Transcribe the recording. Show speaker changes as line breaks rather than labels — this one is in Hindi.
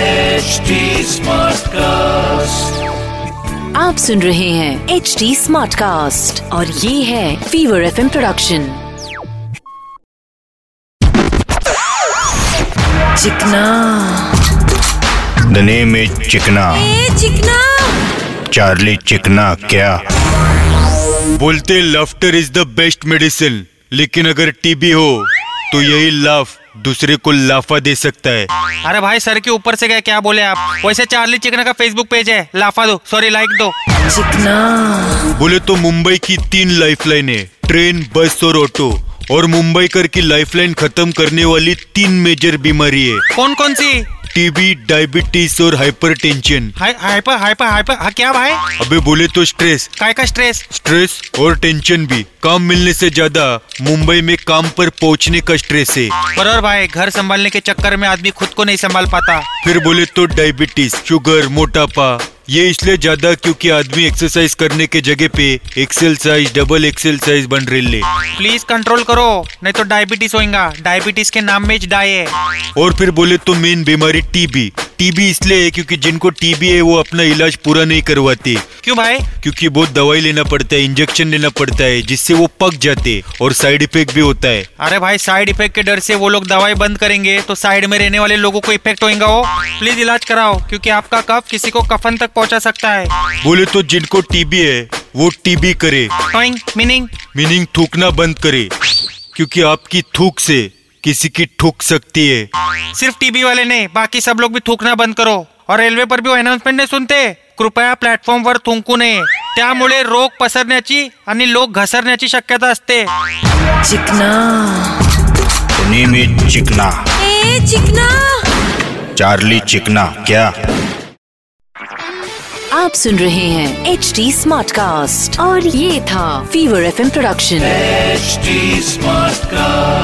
HD Smartcast.
आप सुन रहे हैं एच डी स्मार्ट कास्ट और ये है fever F production Chikna
the name is Chikna
ए चिकना
चार्ली चिकना क्या
बोलते laughter is the best medicine लेकिन अगर टीबी हो तो यही लाफ दूसरे को लाफा दे सकता है
अरे भाई सर के ऊपर से गए क्या बोले आप वैसे चार्ली चिकना का फेसबुक पेज है लाफा दो सॉरी लाइक दो
चिकना
बोले तो मुंबई की तीन लाइफलाइन है ट्रेन बस और ऑटो और मुंबई कर की लाइफलाइन खत्म करने वाली तीन मेजर बीमारी है
कौन कौन सी
टीबी डायबिटीज और हाइपरटेंशन
हाय हाइपर हाइपर हाइपर हाँ, क्या भाई
अबे बोले तो स्ट्रेस
काय का स्ट्रेस
स्ट्रेस और टेंशन भी काम मिलने से ज्यादा मुंबई में काम पर पहुंचने का स्ट्रेस है
बरोबर भाई घर संभालने के चक्कर में आदमी खुद को नहीं संभाल पाता
फिर बोले तो डायबिटीज शुगर मोटापा ये इसलिए ज्यादा क्योंकि आदमी एक्सरसाइज करने के जगह पे Excel size double Excel size बन रहे ले
प्लीज कंट्रोल करो नहीं तो डायबिटीज होएगा डायबिटीज के नाम में डाय है
और फिर बोले तो मेन बीमारी टीबी टीबी इसलिए है क्योंकि जिनको टीबी है वो अपना इलाज पूरा नहीं करवाते
क्यों भाई
क्योंकि बहुत दवाई लेना पड़ता है इंजेक्शन लेना पड़ता है जिससे वो पक जाते और साइड इफेक्ट भी होता है
अरे भाई साइड इफेक्ट के डर से वो लोग दवाई बंद करेंगे तो साइड में रहने वाले लोगों को इफेक्ट होएगा वो प्लीज इलाज कराओ क्योंकि आपका कफ किसी को कफन तक पहुंचा सकता है
बोले तो जिनको टीबी है वो टीबी करे
टोइंग मीनिंग
मीनिंग थूकना बंद करे क्योंकि आपकी थूक से किसी की ठुक सकती है
सिर्फ टीवी वाले ने बाकी सब लोग भी थूकना बंद करो और रेल्वे पर भी अनाउन्समेंट नाही सुनते कृपया प्लॅटफॉर्मवर थुंकू नये त्यामुळे रोग पसरण्याची आणि लोक घसरण्याची शक्यता असते
Chikna
the name is Chikna
ए चिकना
चार्ली चिकना क्या
आप सुन रहे हैं एच डी स्मार्ट कास्ट और ये था fever F production
HD Smartcast.